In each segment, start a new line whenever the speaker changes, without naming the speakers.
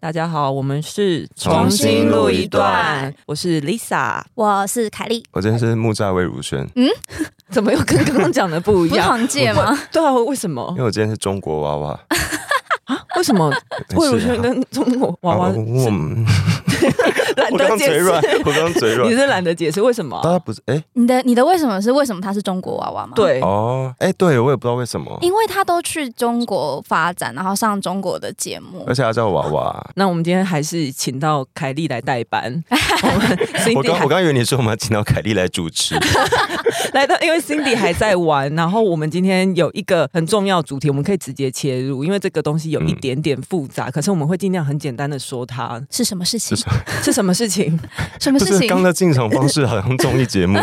大家好，我们是
重新录一段，
我是 Lisa，
我是凯莉，
我今天是木栅魏如萱，
怎么又跟刚刚讲的不一
不是
样？
黄介吗？
对啊，为什么
因为我今天是中国娃娃，
啊？ 为什么魏如萱跟中国娃娃
啊我嗯
懒
我
得
刚嘴
解释
软？，我刚嘴
你
软，
是懒得解释为什么
大
啊？
家不是哎
你的你的为什么是为什么他是中国娃娃吗？，
对，
哦哎，对我也不知道为什么，
因为他都去中国发展，然后上中国的节目
而。且他叫娃娃。
那我们今天还是请到凯莉来代 班。我们
我
Cindy
刚我
还
刚以为你说我们要请到凯莉来主持，
来到，因为 Cindy 还在玩，然后我们今天有一个很重要的主题，我们可以直接切入，因为这个东西有一
嗯
点点复杂，可是我们会尽量很简单的说它
是什么事情？
是什么事情。
什么
不
事
是刚
情？
的进场方式好像综艺节目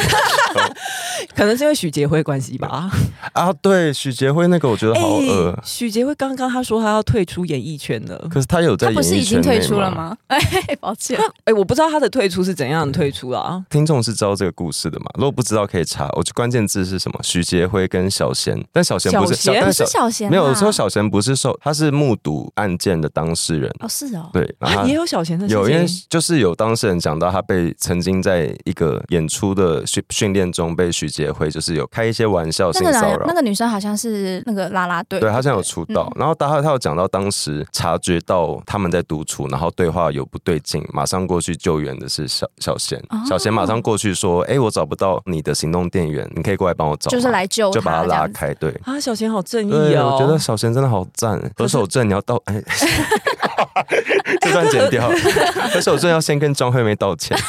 可能是因为许杰辉关系吧。
啊？对，许杰辉那个我觉得好恶，
哎许杰辉刚刚他说他要退出演艺圈了。
可是他有在
他
演
不是
艺
已
圈
经退
内
出了
吗？
吗？ 哎，抱歉，
哎、我不知道他的退出是怎样的退出啊？
听众是知道这个故事的嘛？如果不知道可以查，我就关键字是什么？许杰辉跟小贤，但小贤不是
小贤
但
哦不是小贤啊
没有，
啦
我说小贤不是受，他是目睹案件的当事人，
哦，是哦，
对，然后
啊，
他
也有小贤的事
有，因为
情。
就是有当事人讲到他被曾经在一个演出的训训练中被徐杰辉就是有开一些玩笑
那
性
个
骚
男
扰
那，个女嗯生好像是那个啦啦队，
对啊他现在有出道，然后他他有讲到当时察觉到他们在独处，然后对话有不对劲，马上过去救援的是小小贤，
哦
小贤马上过去说：“哎，我找不到你的行动电源，你可以过来帮我找吗。”
就是来救
就把他
这
拉
样子。
开，对。
啊，小贤好正义
对，
哦！
我觉得小贤真的好赞，何守正你要道 哎，这段 剪掉，何守正要先跟张惠妹道歉。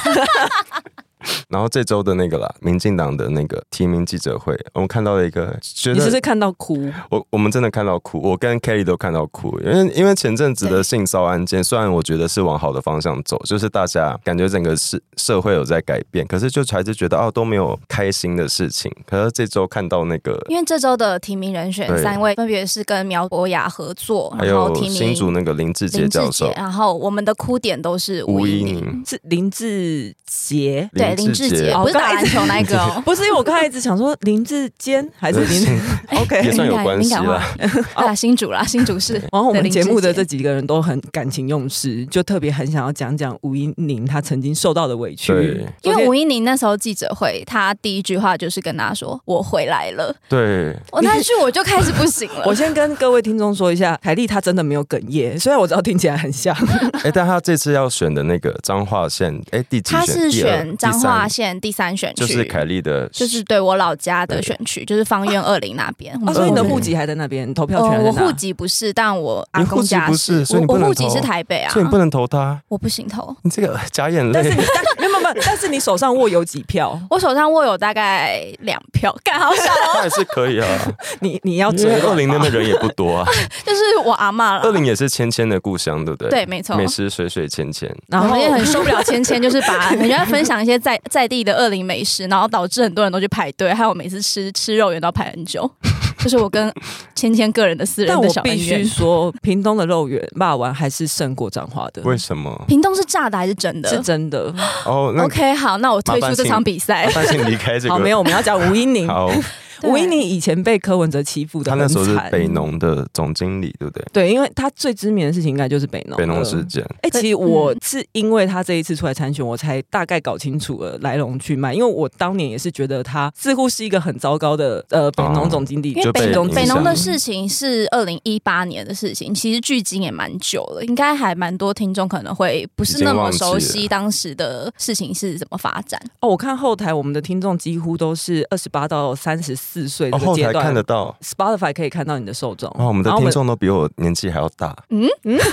然后这周的那个啦，民进党的那个提名记者会，我们看到了一个，觉
你是不
得
是看到哭？
我我们真的看到哭，我跟 Kelly 都看到哭，因为因为前阵子的
对
性骚案件，虽然我觉得是往好的方向走，就是大家感觉整个社社会有在改变，可是就还是觉得哦都没有开心的事情。可是这周看到那个
因为这周的提名人选
对
三位分别是跟苗博雅合作，
还
然后
有
提
新
名
竹那个林志杰
林志
教授
杰，，然后我们的哭点都是
吴
吴
一
一宁，
宁，
是林志杰？
对林志杰，
哦
不是打
刚才
篮球那个哦，
不是，因为我刚才一直想说林志坚还是林
也
？OK。
算有
敏感
关系
敏感
啦
话。 啊，新竹啦，新竹市。
然后我们
对林
节
志
目的
杰
这几个人都很感情用事，就特别很想要讲讲吴一宁她曾经受到的委屈。
对
昨
因为
天
吴一宁那时候记者会，他第一句话就是跟大家说：“我回来了。
对，”
我那句我就开始不行了。
我先跟各位听众说一下，凯莉她真的没有哽咽，虽然我知道听起来很像，
哎，但他这次要选的那个彰化县，哎，第几
他
选？第
是
二
选彰化，
第
县第三选
三
区，
就是凯莉的，
就是对我老家的选区，就是方院二林那边。
啊、
我们
所以你的
嗯
户籍还在那边，投票
呃
权还在
我
哪
户籍不是，但我阿
你
公
户籍
家
不是，所以你不
我我
能
户籍
投
是台北啊
所以，你不能投他，
我不行投。
你这个 假眼
但是
泪
你。但没有没有没有，但是你手上握有几票？
我手上握有大概两票， 干好小哦，
他还是可以 啊，
你你要
因
追
为二林那边人也不多啊，
就是我阿妈
二
了。
林也是芊芊的故乡，对不对？
对，，没错，
美食水水芊芊，
然
我
后
们也很受不了芊芊，就是把人家分享一些在在地的恶灵美食，然后导致很多人都去排队，还有每次吃吃肉圆都要排 很久。这是我跟芊芊个人的私
但
人的
我
小
必
恩
须。
怨
说，屏东的肉圆霸王还是胜过彰化的，
嗯
为什么？
屏东是炸的还是真的？
是真的。
哦，那
OK，好，那我退
麻
出
烦请
这场比赛
麻。烦请离开这个。
好，没有，我们要讲吴英宁。
好，
对
吴英宁以前被柯文哲欺负的
他
很
那
惨，
时候是北农的总经理，对不对？
对，因为他最知名的事情应该就是北农。
北农事。件，
哎、
对
其实我
嗯
是因为他这一次出来参选，我才大概搞清楚了来龙去脉。因为我当年也是觉得他似乎是一个很糟糕的呃北
哦
农总经理，
因
就
为
被
北
影
农
响
北农
了
的事情是二零一八年的事情，其实距今也蛮久了，应该还蛮多听众可能会不
已
是
经
那么
忘记
熟
了
悉当时的事情是怎么发展。
哦，我看后台我们的听众几乎都是二十八到三十四岁这
哦，
个
后
阶
台
段。
看得到。
Spotify 可以看到你的受众
哦哇，我们的听，众都比我年纪还要大。
然后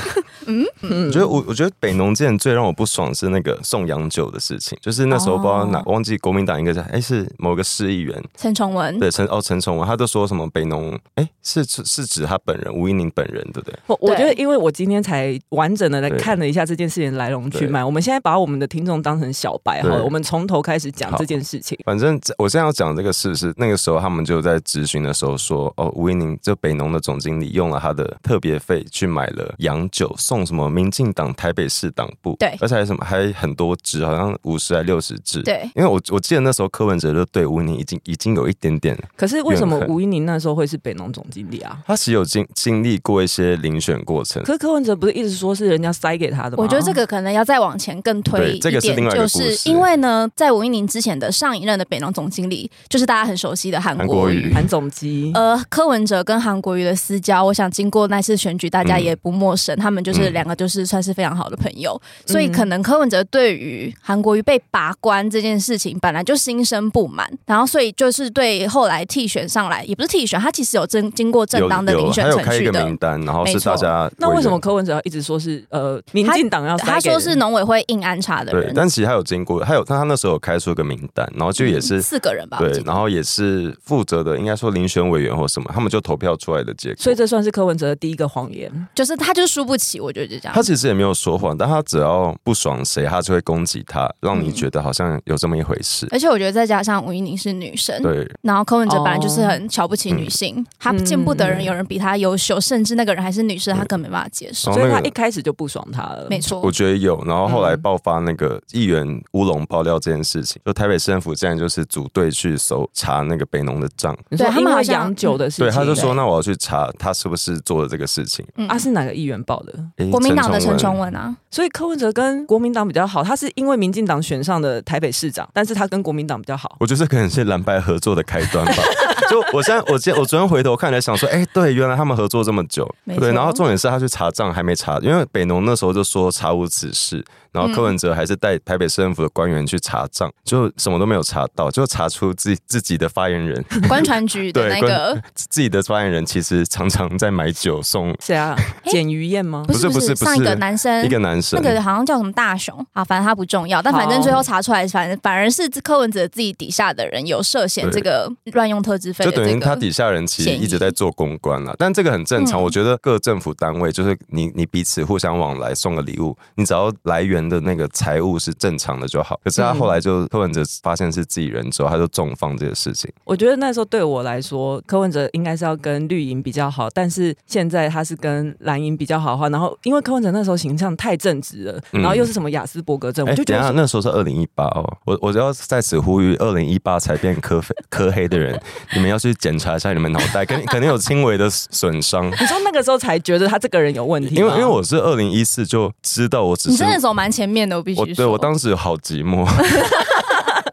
我
我
嗯
觉得我我觉得北农界最让我不爽是那个送洋酒的事情，就是那时候不知道哪、
哦
忘记国民党一个是哎是某个市议员
陈崇文，
对陈哦陈崇文，他都说什么北农哎是是是指他本人吴一宁本人对不对？
我我
对
觉得，因为我今天才完整的来
对
看了一下这件事情的来龙去脉，我们现在把我们的听众当成小白好了，
对
我们从头开始讲
好
这件事情。
反正这我现在要讲这个事是那个时候他他们就在咨询的时候说，哦，吴一宁这北农的总经理用了他的特别费去买了洋酒，送什么民进党台北市党部，
对
而且还什么还很多支，好像五十还六十支，
对，
因为我我记得那时候柯文哲就对吴一宁已经已经有一点点，
可是为什么
怨恨
吴一宁那时候会是北农总经理啊？
他是有经经历过一些遴选过程，
可是柯文哲不是一直说是人家塞给他的吗？
我觉得这个可能要再往前更推
对
一
这个是另
点，
外一个
就
故
是
事
因为呢，在吴一宁之前的上一任的北农总经理，就是大家很熟悉的韩
韩
国
国
瑜
瑜。
韩总机，
呃，柯文哲跟韩国瑜的私交，我想经过那次选举，大家
嗯
也不陌生，他们就是
嗯
两个就是算是非常好的朋友，所以
嗯
可能柯文哲对于韩国瑜被拔官这件事情本来就心生不满，然后所以就是对后来替选上来，也不是替选，他其实有真经过正
有
当的遴
有
选
还有
程
开一
序
个
的
名。单，然后
没
是
错
大家
那为什么
委员
柯文哲要一直说是呃民进党要塞给
他说
人
是农委会硬安插的
对？
人，
但其实还有经过，还有他他那时候有开出一个名单，然后就也是
四个嗯人吧，我记
对，
得
然后也是负责的，应该说遴选委员或什么，他们就投票出来的结果。
所以这算是柯文哲的第一个谎言。
就是他就是输不起，我觉得就这样
他。其实也没有说谎，但他只要不爽谁，他就会攻击他，让你
嗯
觉得好像有这么一回事。
而且我觉得再加上吴一宁是女生，
对，嗯
然后柯文哲本来就是很瞧不起女性，他见不得人有人比他优秀，甚至那个人还是女生，他更没办法接受。
然后
所以
那
他
个
一开始就不爽他了。
没错
哦我，觉得有，然后后来
嗯
爆发那个议员乌龙爆料这件事情，就台北市政府竟然就是组队去搜查那个北农的账，
你说
对他
因
们好
为
像
洋酒的事情，
嗯对，他就
对
说那我要去查他是不是做了这个事情。
嗯
啊是哪个议员报的？
诶
国民党的陈
文
崇文啊，
所以柯文哲跟国民党比较好，他是因为民进党选上的台北市长，但是他跟国民党比较好。
我觉得这可能是蓝白合作的开端吧。 就我现在，我今我昨天回头看来想说，哎、对，原来他们合作这么久，
没错
对。然后重点是他去查账还没查，因为北农那时候就说查无此事，然
嗯
后柯文哲还是带台北市政府的官员去查账，就什么都没有查到，就查出自己自己的发言人，
观传局的那个，
自己的发言人其实常常在买酒送
谁啊？简于燕吗？
不是
不是
是
不是
上一个男生
一。个男生
嗯那。个好像叫什么大雄啊，反正他不重要，但反
哦
正
好
最后查出来，反正反而是柯文哲自己底下的人有涉嫌
对
这个乱用特支费
就
的这
等
个，
于他底下人其实一直在做公关了，但这个很正常。
嗯
我觉得各政府单位就是你你彼此互相往来送个礼物，你只要来源的那个财物是正常的就好。可是他
嗯
后来就柯文哲发现是自己人之后，他就重放这个事情。
我觉得那时候对我来说，柯文哲应该是要跟绿营比较好，但是现在他是跟蓝营比较好的话，然后因为柯文哲那时候形象太正直了，
嗯
然后又是什么雅斯伯格症，嗯
哎、
我就觉
等一
得
下
说
那时候是二零一八哦，我我就要在此呼吁，二零一八才变科黑科黑的人，你们要去检查一下你们脑袋，肯定肯定有轻微的损伤。
你说那个时候才觉得他这个人有问题吗，
因为因为我是二零一四就知道我只
你
是
真的走蛮前面的，我必须
我
说。
对我当时好寂寞，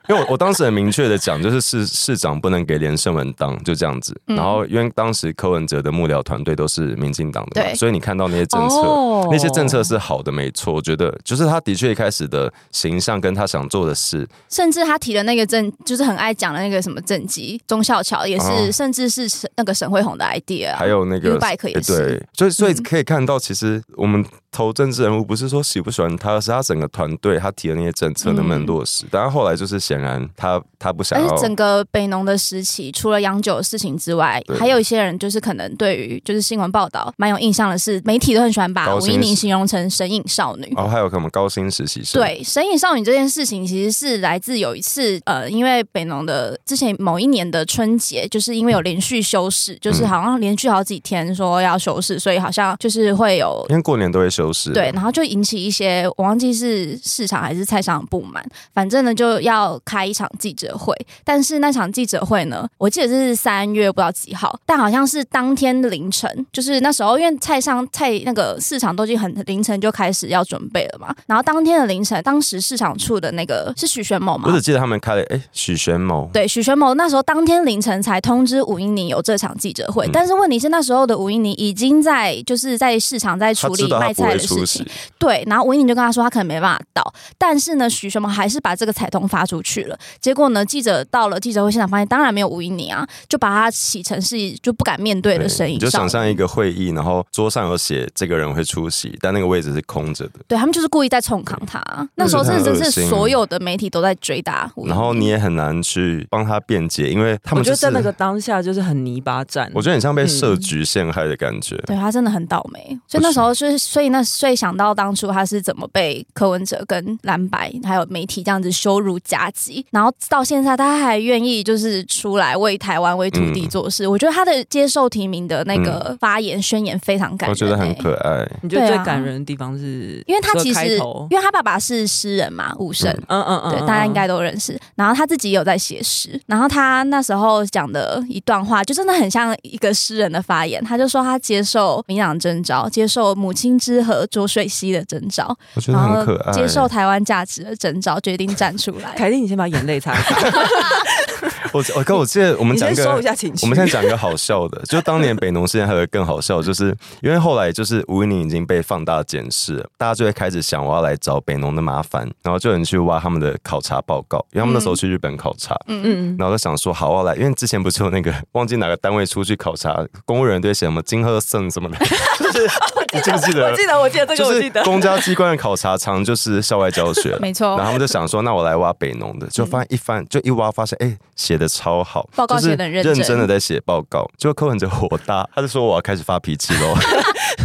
因为我我当时很明确的讲，就是市市长不能给连胜文当，就这样子。
嗯
然后因为当时柯文哲的幕僚团队都是民进党的嘛，
对
所以你看到那些政策。
哦
那些政策是好的，没错。我觉得就是他的确一开始的形象跟他想做的事，
甚至他提的那个政，就是很爱讲的那个什么政绩，钟孝桥也是，
哦
甚至是那个沈惠宏的 idea，啊
还有那个
Ubike 也
哎
是，
对，所以所以
嗯
可以看到，其实我们投政治人物不是说喜不喜欢他，而是他整个团队他提的那些政策能不能
嗯
落实。但他后来就是显然他他不想
但
要
是整个北农的时期，除了洋酒的事情之外，
对
还有一些人就是可能对于就是新闻报道蛮有印象的是，媒体都很喜欢把
高
吴
薪
一宁形容成神隐少女。
然后还有什么高薪实习生？
嗯对，神隐少女这件事情其实是来自有一次，呃，因为北农的之前某一年的春节，就是因为有连续休市，就是
嗯
好像连续好几天说要休市，所以好像就是会有
因为过年都会休市。
对，，然后就引起一些我忘记是市场还是菜场的不满，反正呢就要开一场记者会。但是那场记者会呢，我记得是三月不知道几号，但好像是当天凌晨，就是那时候因为菜商菜那个市场都已经很凌晨就开始要准备了嘛。然后当天的凌晨，当时市场处的那个是许玄某嘛
我，只记得他们开了，哎，许玄谋，
对，许玄谋那时候当天凌晨才通知吴英宁有这场记者会，
嗯
但是问题是那时候的吴英宁已经在就是在市场在
他
处
知
理
道
卖
他不
菜
会
的事
出
情
席，，
对，然后吴英宁就跟他说他可能没办法到，但是呢，许玄谋还是把这个彩通发出去了。结果呢，记者到了记者会现场，发现当然没有吴英宁啊，就把他洗成是就不敢面对的身
你
影
就
上
想。象一个会议，然后桌上有写这个人会出席，但那个位置是空着的。
对他们就是故意在冲扛他，啊那时候真的
很恶
是
心
所有的媒体都在追打吴英宁。
然后你也很难去帮他辩解，因为他
我
们
觉
就
得
是
在那个当下就是很泥巴战。
嗯
我觉得很像被设局陷害的感觉。
对他真的很倒霉，所以那时候就是，所以那所以想到当初他是怎么被柯文哲跟蓝白还有媒体这样子羞辱夹击，然后到现在他还愿意就是出来为台湾为土
嗯
地做事，我觉得他的接受提名的那个发言宣言非常感人、
我觉得很
欸
可爱。
你觉得
对
最
啊
感人的地方是，
因为他
说
其
开
实，
头
因为他爸爸是诗人嘛，武圣，
嗯嗯嗯，
对，
嗯
大家应该都认识。然后他自己也有在写诗，然后他那时候讲的一段话，就真的很像一个诗人的发言。他就说他接受民党征召，接受母亲之河浊水溪的征召，
我觉得
然
很
后
可爱。
接受台湾价值的征召，决定站出来。
凯蒂，你先把眼泪擦一擦，
我我跟我记得我 们
你
讲
先
一个
收一下情绪。
我们现在讲一个好笑的，就当年北农事件还有一个更好笑的，就是因为后来就是吴依宁已经被放大检视了，大家就会开始想我要来找北农的麻烦，然后就有人去挖他们的考察报告，因为他们那时候去日本考察，
嗯，嗯
然后就想说好我要来，因为之前不是有那个忘记哪个单位出去考察，公务人队写什么金鹤胜什么的，就是你记不记
我
得？
记得，我记得这个，
就
我记
是
得。
公家机关的考察常就是校外教学，
没错
然后他们就想说，那我来挖北农的，就发现一翻就一挖，发现哎写的超好，
嗯报告
就是
写得很认
认
真
真的在写报告。结果柯文哲火大，他就说我要开始发脾气喽。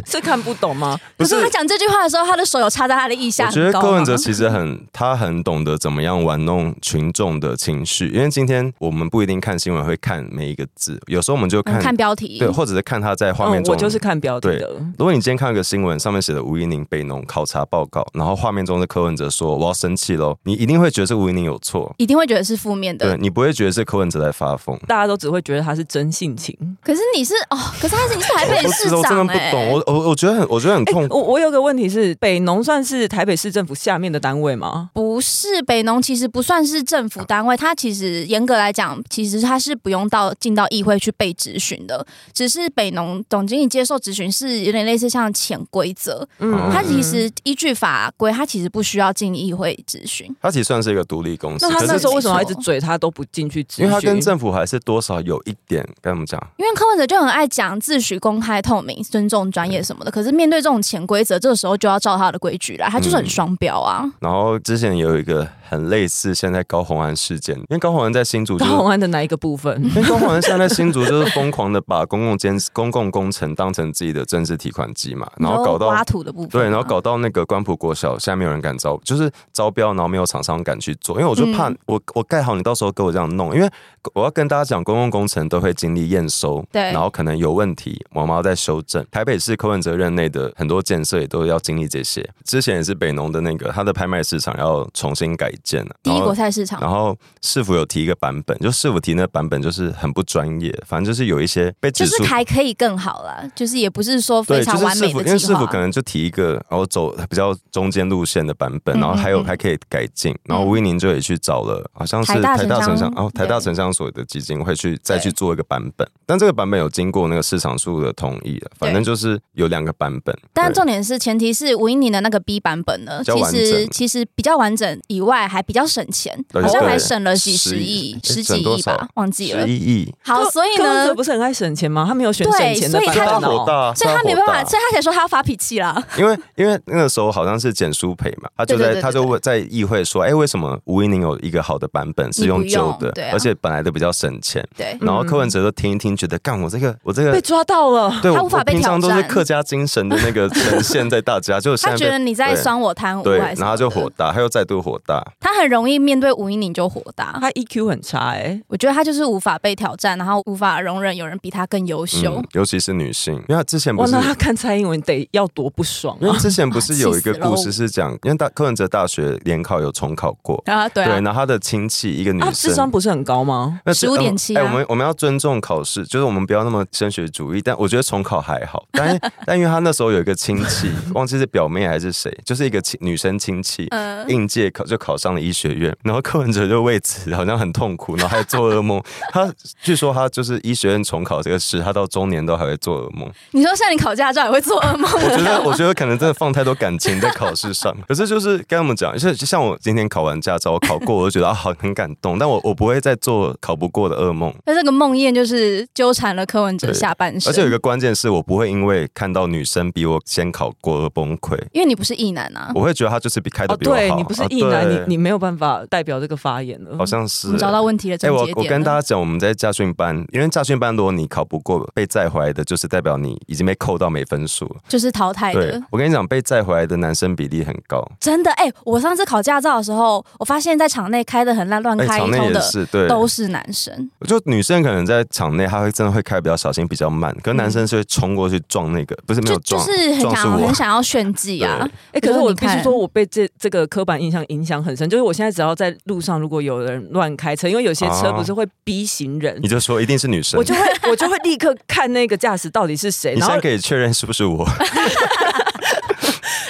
是看不懂吗？
不
可
是
是他讲这句话的时候，他的手有插在他的腋下，
我觉得
很高
柯文
吗
哲其实很，他很懂得怎么样玩弄群众的情绪，因为今天我们不一定看新闻会看每一个字，有时候我们就
嗯
看
看哦标题
对，，或者是看他在画面
嗯，
中。
我就是看标题的。
如果你今天看到一个新闻，上面写的吴依宁北农考察报告，然后画面中的柯文哲说我要生气喽，你一定会觉得是吴依宁有错，
一定会觉得是负面的
对。你不会觉得是柯文哲在发疯。
大家都只会觉得他是真性情。
可是你是哦，可是他是你是台北
我
市
知道我真的
长
不
哎、
欸
懂，我我我觉得很，我觉得很痛苦。
哎我我有个问题是，北农算是台北市政府下面的单位吗？
不是北农，其实不算是政府单位，它其实严格来讲，其实它是不用到进到议会去被质询的。只是北农总经理接受质询是有点类似像潜规则，
嗯
它其实依据法规，它其实不需要进议会质询。
他其实算是一个独立公司，
那他
可
那
是
时候为什么要一直嘴他都不进去咨询？
因为他跟政府还是多少有一点该怎么讲，
因为柯文哲就很爱讲自诩公开、透明、尊重专业什么的，可是面对这种潜规则，这个时候就要照他的规矩来，他
嗯
就是很双标啊。
然后之前有一个很类似现在高红安事件，因为高红安在新竹就
高
是。
鸿安的哪一个部分？
因为高虹安现在在新竹就是疯狂的把公共监公共工程当成自己的政治提款机嘛，然后搞
哦
到
挖土的部分啊，
对，然后搞到那个关埔国小，现在没有人敢招，就是招标，然后没有厂商敢去做，因为我就怕、
嗯
我我盖好，你到时候给我这样弄，因为我要跟大家讲，公共工程都会经历验收，
对
然后可能有问题，我们要再修正。台北市柯文哲任内的很多建设也都要经历这些，之前也是北农的那个他的拍卖市场要重新改建了，
第
然
一
后
国菜市场
然后市府有提一个版本，就市府提那个版本就是很不专业，反正就是有一些被
就
指
是
出。
还可以更好啦，就是也不是说
对，
非
就
常
是
完
市
美
府，
的
因为
计
市府
划
可。能就提一个，然后走比较中间路线的版本，
嗯
然后还有
嗯嗯嗯
还可以改进。然后吴依宁就也去找了，好像是
台大
台大城乡
城乡
哦，台大
对
城乡所的基金会去再
对
去做一个版本，但这个版本有经过那个市场处的同意了，反正就是有两个版本。
但
对
重点是，前提是吴英宁的那个 B 版本呢，
比较
其
完
实
整
其实比较完整以外，还比较省钱，
对
好像
对
还省了几
十
十
亿
亿、
诶
十
省
几
多
亿
少
吧，忘记了
十。一亿，
好，所以
柯文
呢
哲不，是很爱省钱吗？他没有选
对
省钱的
所以
版
他
本
就
火
哦。
大，啊
所以
他
他没
火
办
大
法，所以他才说他要发脾 气啦。
因为因为那个时候好像是简书培嘛，他就在
对对对对
他就问在议会说，哎、为什么吴依宁有一个好的版本是用旧
你不
的，
用对啊
而且本来都比较省钱，
对，
然后柯文哲就听一听，觉得干我这个我这个
被抓到了，
对
嗯他
我
无法
我
被
平常
挑
都是
战
客家精神的那个呈现在大 家，就是
他
现
觉得
在被
你在
对
酸我贪污
对，
还
然
是
后他就火大，他又再度火大，
他很容易面对吴英宁就火大。
他 EQ 很差哎。
我觉得他就是无法被挑战，然后无法容忍有人比他更优秀。
嗯，尤其是女性，因为他之前不
哇，
是
那他看蔡英文得要多不爽
因为
啊！
之前不是有一个
气死了
故事是讲，因为大柯文哲大学联考有重考过，
啊，对啊
嗯对，，然后他的亲戚一个女
啊，智
生，
商不是很高吗？
那是
15.7
哎、
啊
我们我们要尊重考试，就是我们不要那么升学主义。但我觉得重考还好，但 但因为他那时候有一个亲戚，忘记是表妹还是谁，就是一个亲女生亲戚，
嗯
应届考就考上了医学院，然后柯文哲就为此好像很痛苦，然后还做噩梦。他据说他就是医学院重考这个事，他到中年都还会做噩梦。
你说像你考驾照也会做噩 梦，
我觉得，我觉得可能真的放太多感情在考试上。可是就是跟他们讲，就像我今天考完驾照，我考过，我就觉得啊，好很感动，但我我不会再做考不过的噩梦。
那这个梦魇就是纠缠了柯文哲
对
下半生。
而且有一个关键是我不会因为看到女生比我先考过而崩溃，
因为你不是异男啊，
我会觉得她就是比开的
哦，
比我好。
对你不是
啊
异男，你你没有办法代表这个发言了。
好像是、
我们找到问题的
哎、
症
我
结
我
点
跟大
了。
家讲，我们在驾训班，因为驾训班如果你考不过被载回来的，就是代表你已经被扣到没分数了。
就是淘汰
对
的，，
我跟你讲，被载回来的男生比例很高，
真的哎、我上次考驾照的时候，我发现在场内开的很烂、乱
哎、
开一
场内
通
也
的
是对，
都是男生，
就女生可能在场内，她会真的会开比较小心，比较慢，可是男生是会冲过去撞那个，不是没
就
有
就
撞，
是很
撞是
想
我
很想要炫技啊，
哎、可是
可是
我
你
必须
看
说，我被这这个刻板印象影响很深。就是我现在只要在路上，如果有人乱开车，因为有些车
哦
不是会逼行人，
你就说一定是女生
我。就会我就会立刻看那个驾驶到底是谁，
你
然
现
后
在可以确认是不是我？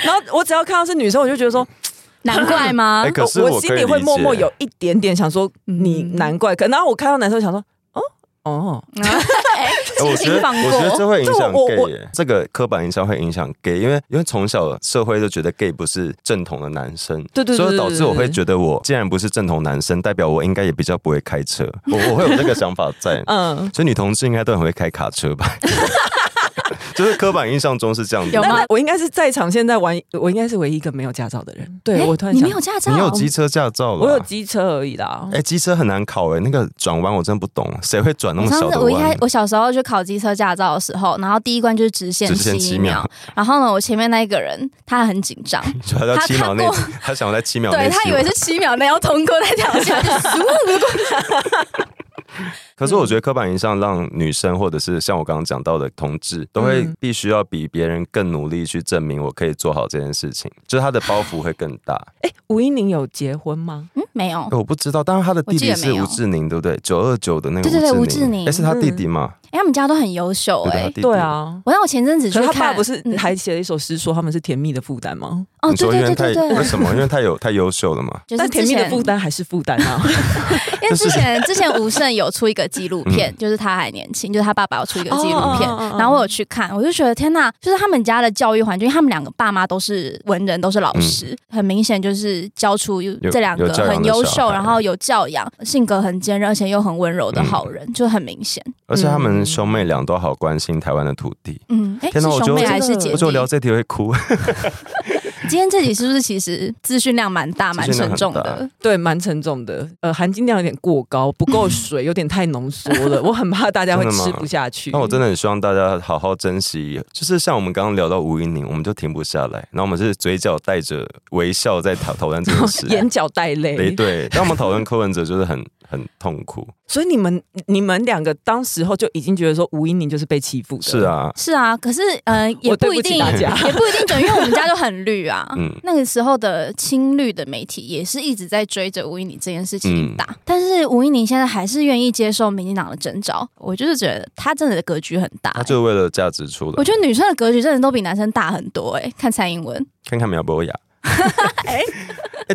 然后我只要看到是女生，我就觉得说，哦
难怪 吗
哎、？可是
我
可
心
以
里会
理
默默
解
有一点点想说
嗯
你难怪，可然后我看到男生想说，哦哦，
哎
哎我觉
轻轻
得，
放
我觉得这
过，
会影响
这我我
gay，耶这个刻板印象会影响 gay，因为因为从小社会就觉得 gay 不是正统的男生，
对对对
所以导致我会
对。
觉得我既然不是正统男生，代表我应该也比较不会开车，我我会有这个想法在
嗯。
所以女同志应该都很会开卡车吧？就是刻板印象中是这样子。
有吗
那我应该是在场现在玩，我应该是唯一一个没有驾照的人。对
哎
我突然
你
想
没，有驾照，
你有机车驾照了？啊
我有机车而已啦。
哎，机车很难考哎，那个转弯我真不懂，谁会转那
我
么
上
小
次
的
我一开
弯？
我小时候去考机车驾照的时候，然后第一关就是直线
直线七
七
秒
秒，，然后呢，我前面那一个人他很紧张，
所以他叫
他
七秒 内
他过，
他想要在七秒内
对
骑完。
他以为是七秒内要通过那条线，他 就咻过去。
可是我
嗯
觉得刻板印象让女生或者是像我刚刚讲到的同志，都会
嗯
必须要比别人更努力去证明我可以做好这件事情，就是他的包袱会更大。
哎，吴一宁有结婚吗？
嗯，没有，
我不知道，但是他的弟弟
我记
是
得没有
吴志宁，对不对？九二九的那个
对对对
志
吴志宁
哎，是他弟弟吗？
哎、他们家都很优秀
对
哎、
他弟弟。
对，啊，
我让我前阵子去
可是他
看，
爸不是
嗯
还写了一首诗，说他们是甜蜜的负担吗？
哦，
你
对
说因
对
为
对
太
对对，
为什么？因为太有太优秀了嘛。
就是
但
之
甜蜜的
前，
负担还是负担啊。
因为之前之前吴胜有出一个纪录
嗯
片，就是他还年轻，就是他爸爸 有出一个纪录片
哦哦哦哦，
然后我有去看，我就觉得天呐，就是他们家的教育环境，因为他们两个爸妈都是文人，都是老师，很明显就是教出这两
嗯有
个
教养的
很优
小
秀，
孩
然后有教养、性格很坚韧，而且又很温柔的好
嗯
人，就很明显。
而且他们兄妹俩都好关心台湾的土地。
嗯，哎，
天
是
哪我觉
兄
得
妹还是姐
我
弟
就？聊这题会哭，
今天这集是不是其实资讯量蛮大、蛮
资讯量
沉
很
重
大
的？
对，蛮沉重的，呃，含金量有点过高，不
嗯
够水，有点太浓缩了，我很怕大家会
真的吗
吃不下去。
那我真的很希望大家好好珍惜，就是像我们刚刚聊到吴一宁，我们就停不下来，然后我们是嘴角带着微笑在讨讨论这件 事。
眼角带
对
泪。
对，当我们讨论柯文哲就是很很痛苦，
所以你们你们两个当时候就已经觉得说吴一宁就是被欺负的，
是，啊，
是啊，可是呃，也
我对不
不一
起
定，
大家
也不一定准，因为我们家就很绿啊。
嗯
那个时候的青绿的媒体也是一直在追着吴依宁这件事
嗯
情打，但是吴依宁现在还是愿意接受民进党的征召，我就是觉得他真的格局很大、欸
他就是为了价值出来。
我觉得女生的格局真的都比男生大很多哎、看蔡英文，
看看苗 博雅。哎、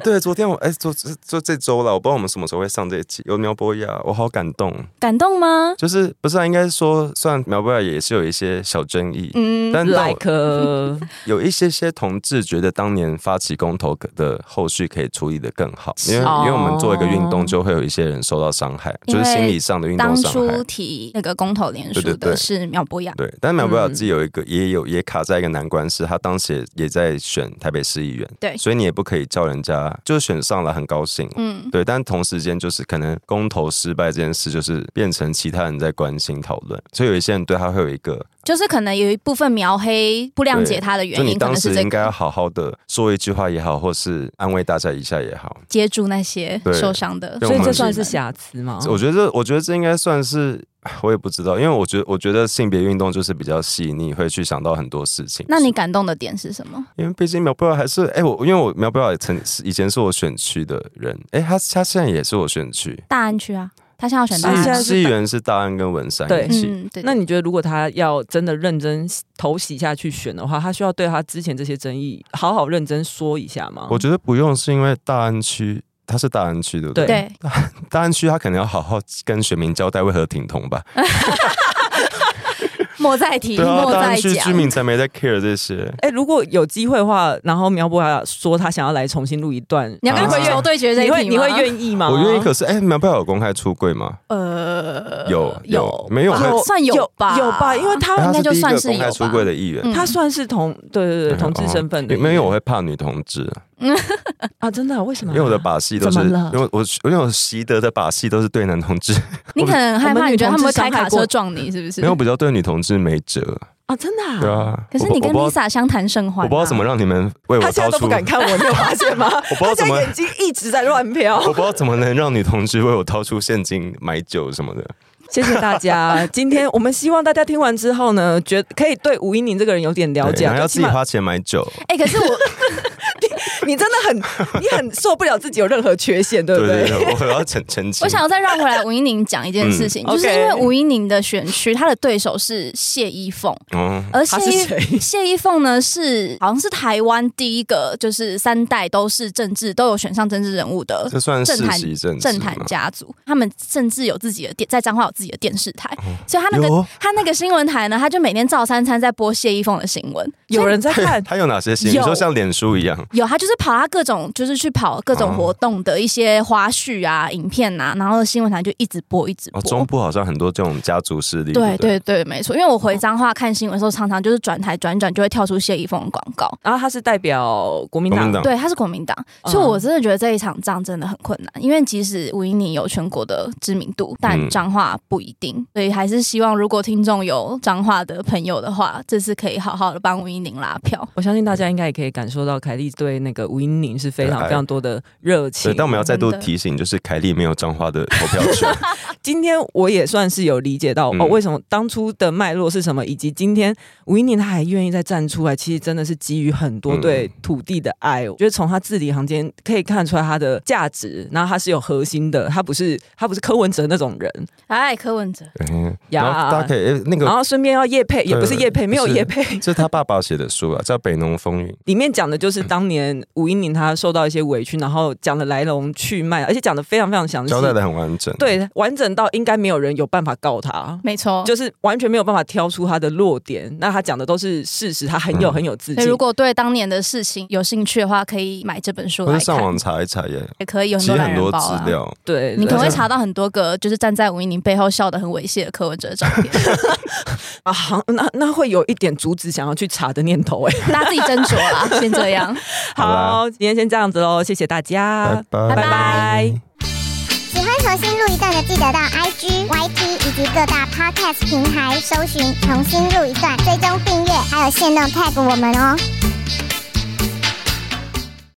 对，昨天我哎、昨昨昨这周了，我不知道我们什么时候会上这一集。有苗博雅，我好感动。
感动吗？
就是不是、啊、应该说，虽然苗博雅也是有一些小争议，
嗯，
但但我
like 呃
有一些些同志觉得当年发起公投可的后续可以处理的更好，因为、
哦
因为我们做一个运动，就会有一些人受到伤害，
因
就
为
是心理上的运
哦当
动伤害
初。提那个公投联署
对对对
的是苗博雅，
对，但苗博雅
嗯
自己有一个，也有也卡在一个难关是，他当时也也在选台北市议员，
对
所以你也不可以叫人家就选上了很高兴，
嗯，
对，但同时间就是可能公投失败这件事，就是变成其他人在关心讨论，所以有一些人对他会有一个
就是可能有一部分描黑不谅解他的
就
原
你
因，可
当
能是
时
这
应该要
个
好好的说一句话也好，或是安慰大家一下也好。
接住那些
对
受伤的，
对
所以这
我们
算是瑕疵
哦
吗？
我觉得这，我觉得这应该算是，我也不知道，因为我觉得，我觉得性别运动就是比较细腻，会去想到很多事情。
那你感动的点是什么？
因为毕竟苗博雅还是，哎、我因为我苗博雅也曾是以前是我选区的人，哎、他他现在也是我选区，
大安区啊，他现在要选
市
大
现在
安
是
区。
市议员是大安跟文山
对
一起。
嗯，对。
那你觉得，如果他要真的认真投洗下去选的话，他需要对他之前这些争议好好认真说一下吗？
我觉得不用，是因为大安区他是大安区，对不对？
对
对，
大安区他可能要好好跟选民交代为何挺同吧。
莫再提，
对啊，
莫
大
再
安区居
讲。
民才没在 care 这些。
哎、如果有机会的话，然后苗博雅说他想要来重新录一段，
你要跟
啊
鬼球对决这一
你会
题
你
吗
会愿意
啊
吗？
我愿意，可是哎，苗博雅有公开出柜吗？
呃哦
有有没有
吧
会
算有吧？
有吧？因为他、
哎
应该
他
哦就
第
是
一
算
个
是有
公开
吧
出柜的议员。
嗯
他算是同对对对
嗯
同志身份的，
因为我会怕女同志，
啊，真的啊？为什么
哎因
啊？
为我的把戏都是，
怎么
因
了
为我因为我习得的把戏都是对男同 志，
你可能害
我
怕，
们
你觉得他们会
女同志伤
开卡
害
车
过
撞你，是不是？
没有比较对女同志没辙，
啊，真的啊？
对啊。
可是
我不
你跟
我不知道
Lisa 相谈甚欢、啊，
我不知道怎么让你们为我
他现
掏
在都
出，
不敢看我，你有发现吗？
我不知道
他
怎
现
么
在眼睛一直在乱 飘。
我不知道怎么能让女同志为我掏出现金买酒什么的。
谢谢大家， 今天我们希望大家听完之后呢，觉可以对吴英宁这个人有点了
对
解啊
然，后要
就
自
起
己
码
花钱买酒，
哎、可是我
你真的很，你很受不了自己有任何缺陷，对不
对
对？
对对，我要澄澄清。
我想要再绕回来吴英宁讲一件事情，
嗯
就是因
OK
为吴英宁的选区，她的对手是谢依凤，
哦，
而谢
他是
依
谁？
谢依凤呢是好像是台湾第一个，就是三代都是政治都有选上政治人物的
这算世
政坛
袭政治
政
吗
坛家族，他们甚至有自己的电，在彰化有自己的电视台，所以他那个
哦有
他那个新闻台呢，他就每天照三餐在播谢依凤的新闻，
有人 在看
他有哪些戏？你
有
说像脸书一样，
有，他就是跑他各种，就是去跑各
哦
种活动的一些花絮啊、影片啊，然后新闻台就一直播，一直播。
哦，中部好像很多这种家族势力。
对
不对哦
对对，没错。因为我回彰化看新闻的时候，常常就是转台转一转就会跳出谢依凤的广告。
然后他是代表国民
国
党
民党，
对，他是国民党，
嗯
所以我真的觉得这一场仗真的很困难。因为即使吴英宁有全国的知名度，但
嗯
彰化不一定，所以还是希望如果听众有彰化的朋友的话，这次可以好好的帮吴英宁拉票。
我相信大家应该也可以感受到凯莉对那个吴英宁是非常
对
非常多的热情
对，。但我们要再度
真的
提醒，就是凯莉没有彰化的投票权，
啊今天我也算是有理解到、
嗯
哦，为什么当初的脉络是什么，以及今天吴英宁他还愿意再站出来，其实真的是基于很
嗯
多对土地的爱。哦我觉得从他字里行间可以看出来他的价值，然后他是有核心的，他不是他不是柯文哲那种人。
哎，柯文哲，
嗯
呀
然后大家可以诶那
然
个。
后顺便要叶配，也不是叶配，
对
没有
是
叶配，
这是他爸爸写的书啊，叫《北农风云》。
里面讲的
嗯
就是当年吴英宁他受到一些委屈，然后讲了来龙去脉，而且讲的非常非常详细
交，代的很完整。，
对，完整到应该没有人有办法告他。
没错。
就是完全没有办法挑出他的弱点，那他讲的都是事实，他很有
嗯
很有自
所以
信。
如果对当年的事情有兴趣的话，可以买这本书
或
来
者上
看。
网查一查耶，
也可以有
其实
很多懒
很
人
多
包
资
啊。
料。
对，
你可能
对
会查到很多个，就是站在吴英宁背后笑得很猥亵的柯文哲的照片，
啊，好那那会有一点阻止想要去查的念头哎、
大家自己斟酌啦，先这样。
好啦
好，今天先这样子喽，谢谢大家，
拜
拜
拜
喜欢重新录一段的，记得到 IG、YT 以及各大 Podcast 平台搜寻“重新录一段”，追踪订阅，还有限定 tag 我们哦。